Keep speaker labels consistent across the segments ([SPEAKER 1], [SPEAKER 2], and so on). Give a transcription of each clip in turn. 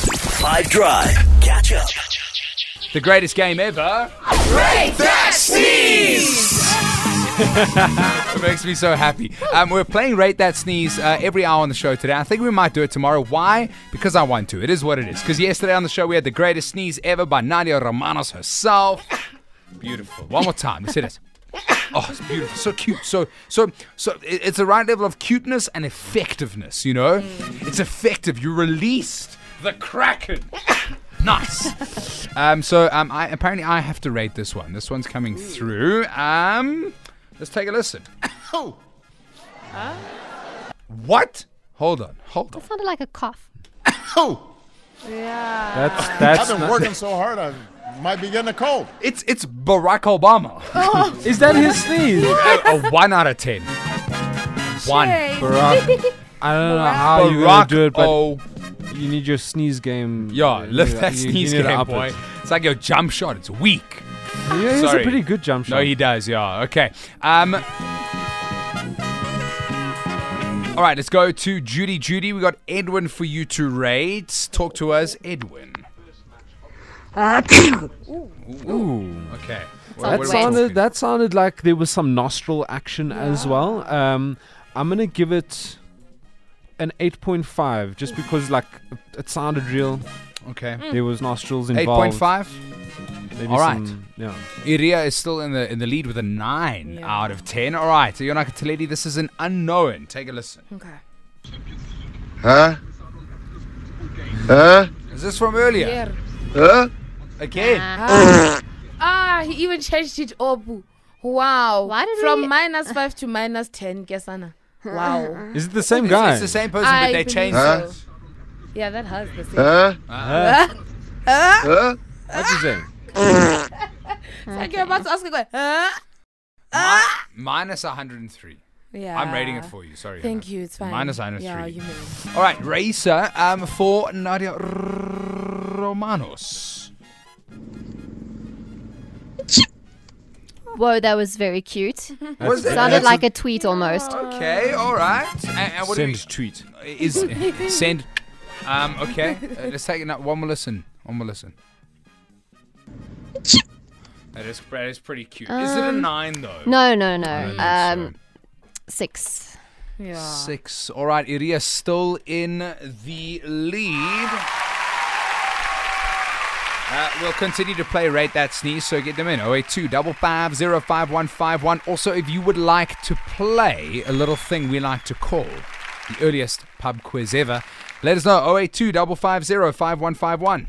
[SPEAKER 1] Five Drive. Catch up.
[SPEAKER 2] The greatest game ever. It makes me so happy. Um, we're playing Rate That Sneeze uh, every hour on the show today. I think we might do it tomorrow. Why? Because I want to. It is what it is. Because yesterday on the show we had the greatest sneeze ever by Nadia Romanos herself. Beautiful. One more time. Let's hit it. Oh, it's beautiful. So cute. So so so. it- It's the right level of cuteness and effectiveness. You know, it's effective. You released the kraken. Nice. Um, so um, I, apparently I have to rate this one. This one's coming through. Um, let's take a listen. What? Hold on. Hold on.
[SPEAKER 3] sounded like a cough.
[SPEAKER 4] That's that's
[SPEAKER 5] I've been
[SPEAKER 4] not-
[SPEAKER 5] working so hard, I might be getting a cold.
[SPEAKER 2] It's it's Barack Obama.
[SPEAKER 4] is that his sneeze?
[SPEAKER 2] a, a one out of ten. One.
[SPEAKER 4] Barack. I don't know how you
[SPEAKER 2] Barack
[SPEAKER 4] gonna do it, but
[SPEAKER 2] O.
[SPEAKER 4] you need your sneeze game.
[SPEAKER 2] Yeah,
[SPEAKER 4] You
[SPEAKER 2] lift
[SPEAKER 4] need-
[SPEAKER 2] that
[SPEAKER 4] you- you
[SPEAKER 2] sneeze
[SPEAKER 4] need to
[SPEAKER 2] game,
[SPEAKER 4] up it.
[SPEAKER 2] boy. It's like your jump shot. It's weak.
[SPEAKER 4] Yeah, he's
[SPEAKER 2] Sorry.
[SPEAKER 4] a pretty good jump shot.
[SPEAKER 2] No, he does. Yeah. Okay. Um. All right. Let's go to Judy. Judy, we got Edwin for you to rate. Talk to us, Edwin.
[SPEAKER 4] Ooh.
[SPEAKER 2] Okay. Well,
[SPEAKER 4] That
[SPEAKER 2] what are we
[SPEAKER 4] sounded
[SPEAKER 2] talking?
[SPEAKER 4] that sounded like there was some nostril action as well. Um, I'm gonna give it an 8.5 just because like it- it sounded real.
[SPEAKER 2] Okay.
[SPEAKER 4] There was nostrils
[SPEAKER 2] Hmm. Eight
[SPEAKER 4] involved.
[SPEAKER 2] point five.
[SPEAKER 4] Maybe
[SPEAKER 2] All right.
[SPEAKER 4] some- yeah.
[SPEAKER 2] Iria is still in the in the lead with a nine
[SPEAKER 3] Yeah.
[SPEAKER 2] out of ten. All right, so Yonaka Taledi, this is an unknown. Take a listen.
[SPEAKER 3] Okay.
[SPEAKER 2] Is this from earlier? Again.
[SPEAKER 6] Ah, he even changed it up. Wow.
[SPEAKER 3] Why did
[SPEAKER 6] From
[SPEAKER 3] we-
[SPEAKER 6] minus 5 to minus 10, Kesana. Wow.
[SPEAKER 4] Is it the same
[SPEAKER 2] It's-
[SPEAKER 4] guy?
[SPEAKER 2] It's the same person, but
[SPEAKER 6] I
[SPEAKER 2] they
[SPEAKER 6] believe
[SPEAKER 2] changed
[SPEAKER 6] so.
[SPEAKER 2] it.
[SPEAKER 6] Yeah, that has the same.
[SPEAKER 4] What's his name?
[SPEAKER 6] Like you're about to ask a question.
[SPEAKER 2] Mi- minus 103.
[SPEAKER 6] Yeah.
[SPEAKER 2] I'm rating it for you. Sorry.
[SPEAKER 6] Thank
[SPEAKER 2] Yonaka.
[SPEAKER 6] you. It's fine.
[SPEAKER 2] Minus 103.
[SPEAKER 6] Yeah, you may.
[SPEAKER 2] All right, Racer um, for Nadia Romanos.
[SPEAKER 3] Whoa, that was very cute.
[SPEAKER 2] Was it?
[SPEAKER 3] Sounded like a tweet almost.
[SPEAKER 2] Okay, all right. And, and what do
[SPEAKER 4] Send
[SPEAKER 2] we-
[SPEAKER 4] tweet.
[SPEAKER 2] is send. Um, okay, uh, let's take another one more listen. One more listen. That is, that is pretty cute. is it a
[SPEAKER 6] Um,
[SPEAKER 2] nine though?
[SPEAKER 3] No, no, no.
[SPEAKER 2] Mm,
[SPEAKER 3] Um, six.
[SPEAKER 6] Yeah.
[SPEAKER 2] so six. All right, Iria still in the lead. Uh, we'll continue to play Rate That Sneeze, so get them in. 082 55151. Also, if you would like to play a little thing we like to call the earliest pub quiz ever, let us know 082 5151.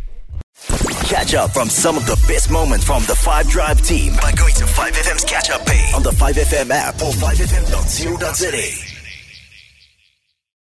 [SPEAKER 1] Catch up from some of the best moments from the Five Drive team by going to 5FM's Catch Up page on the 5FM app or 5FM.co.za.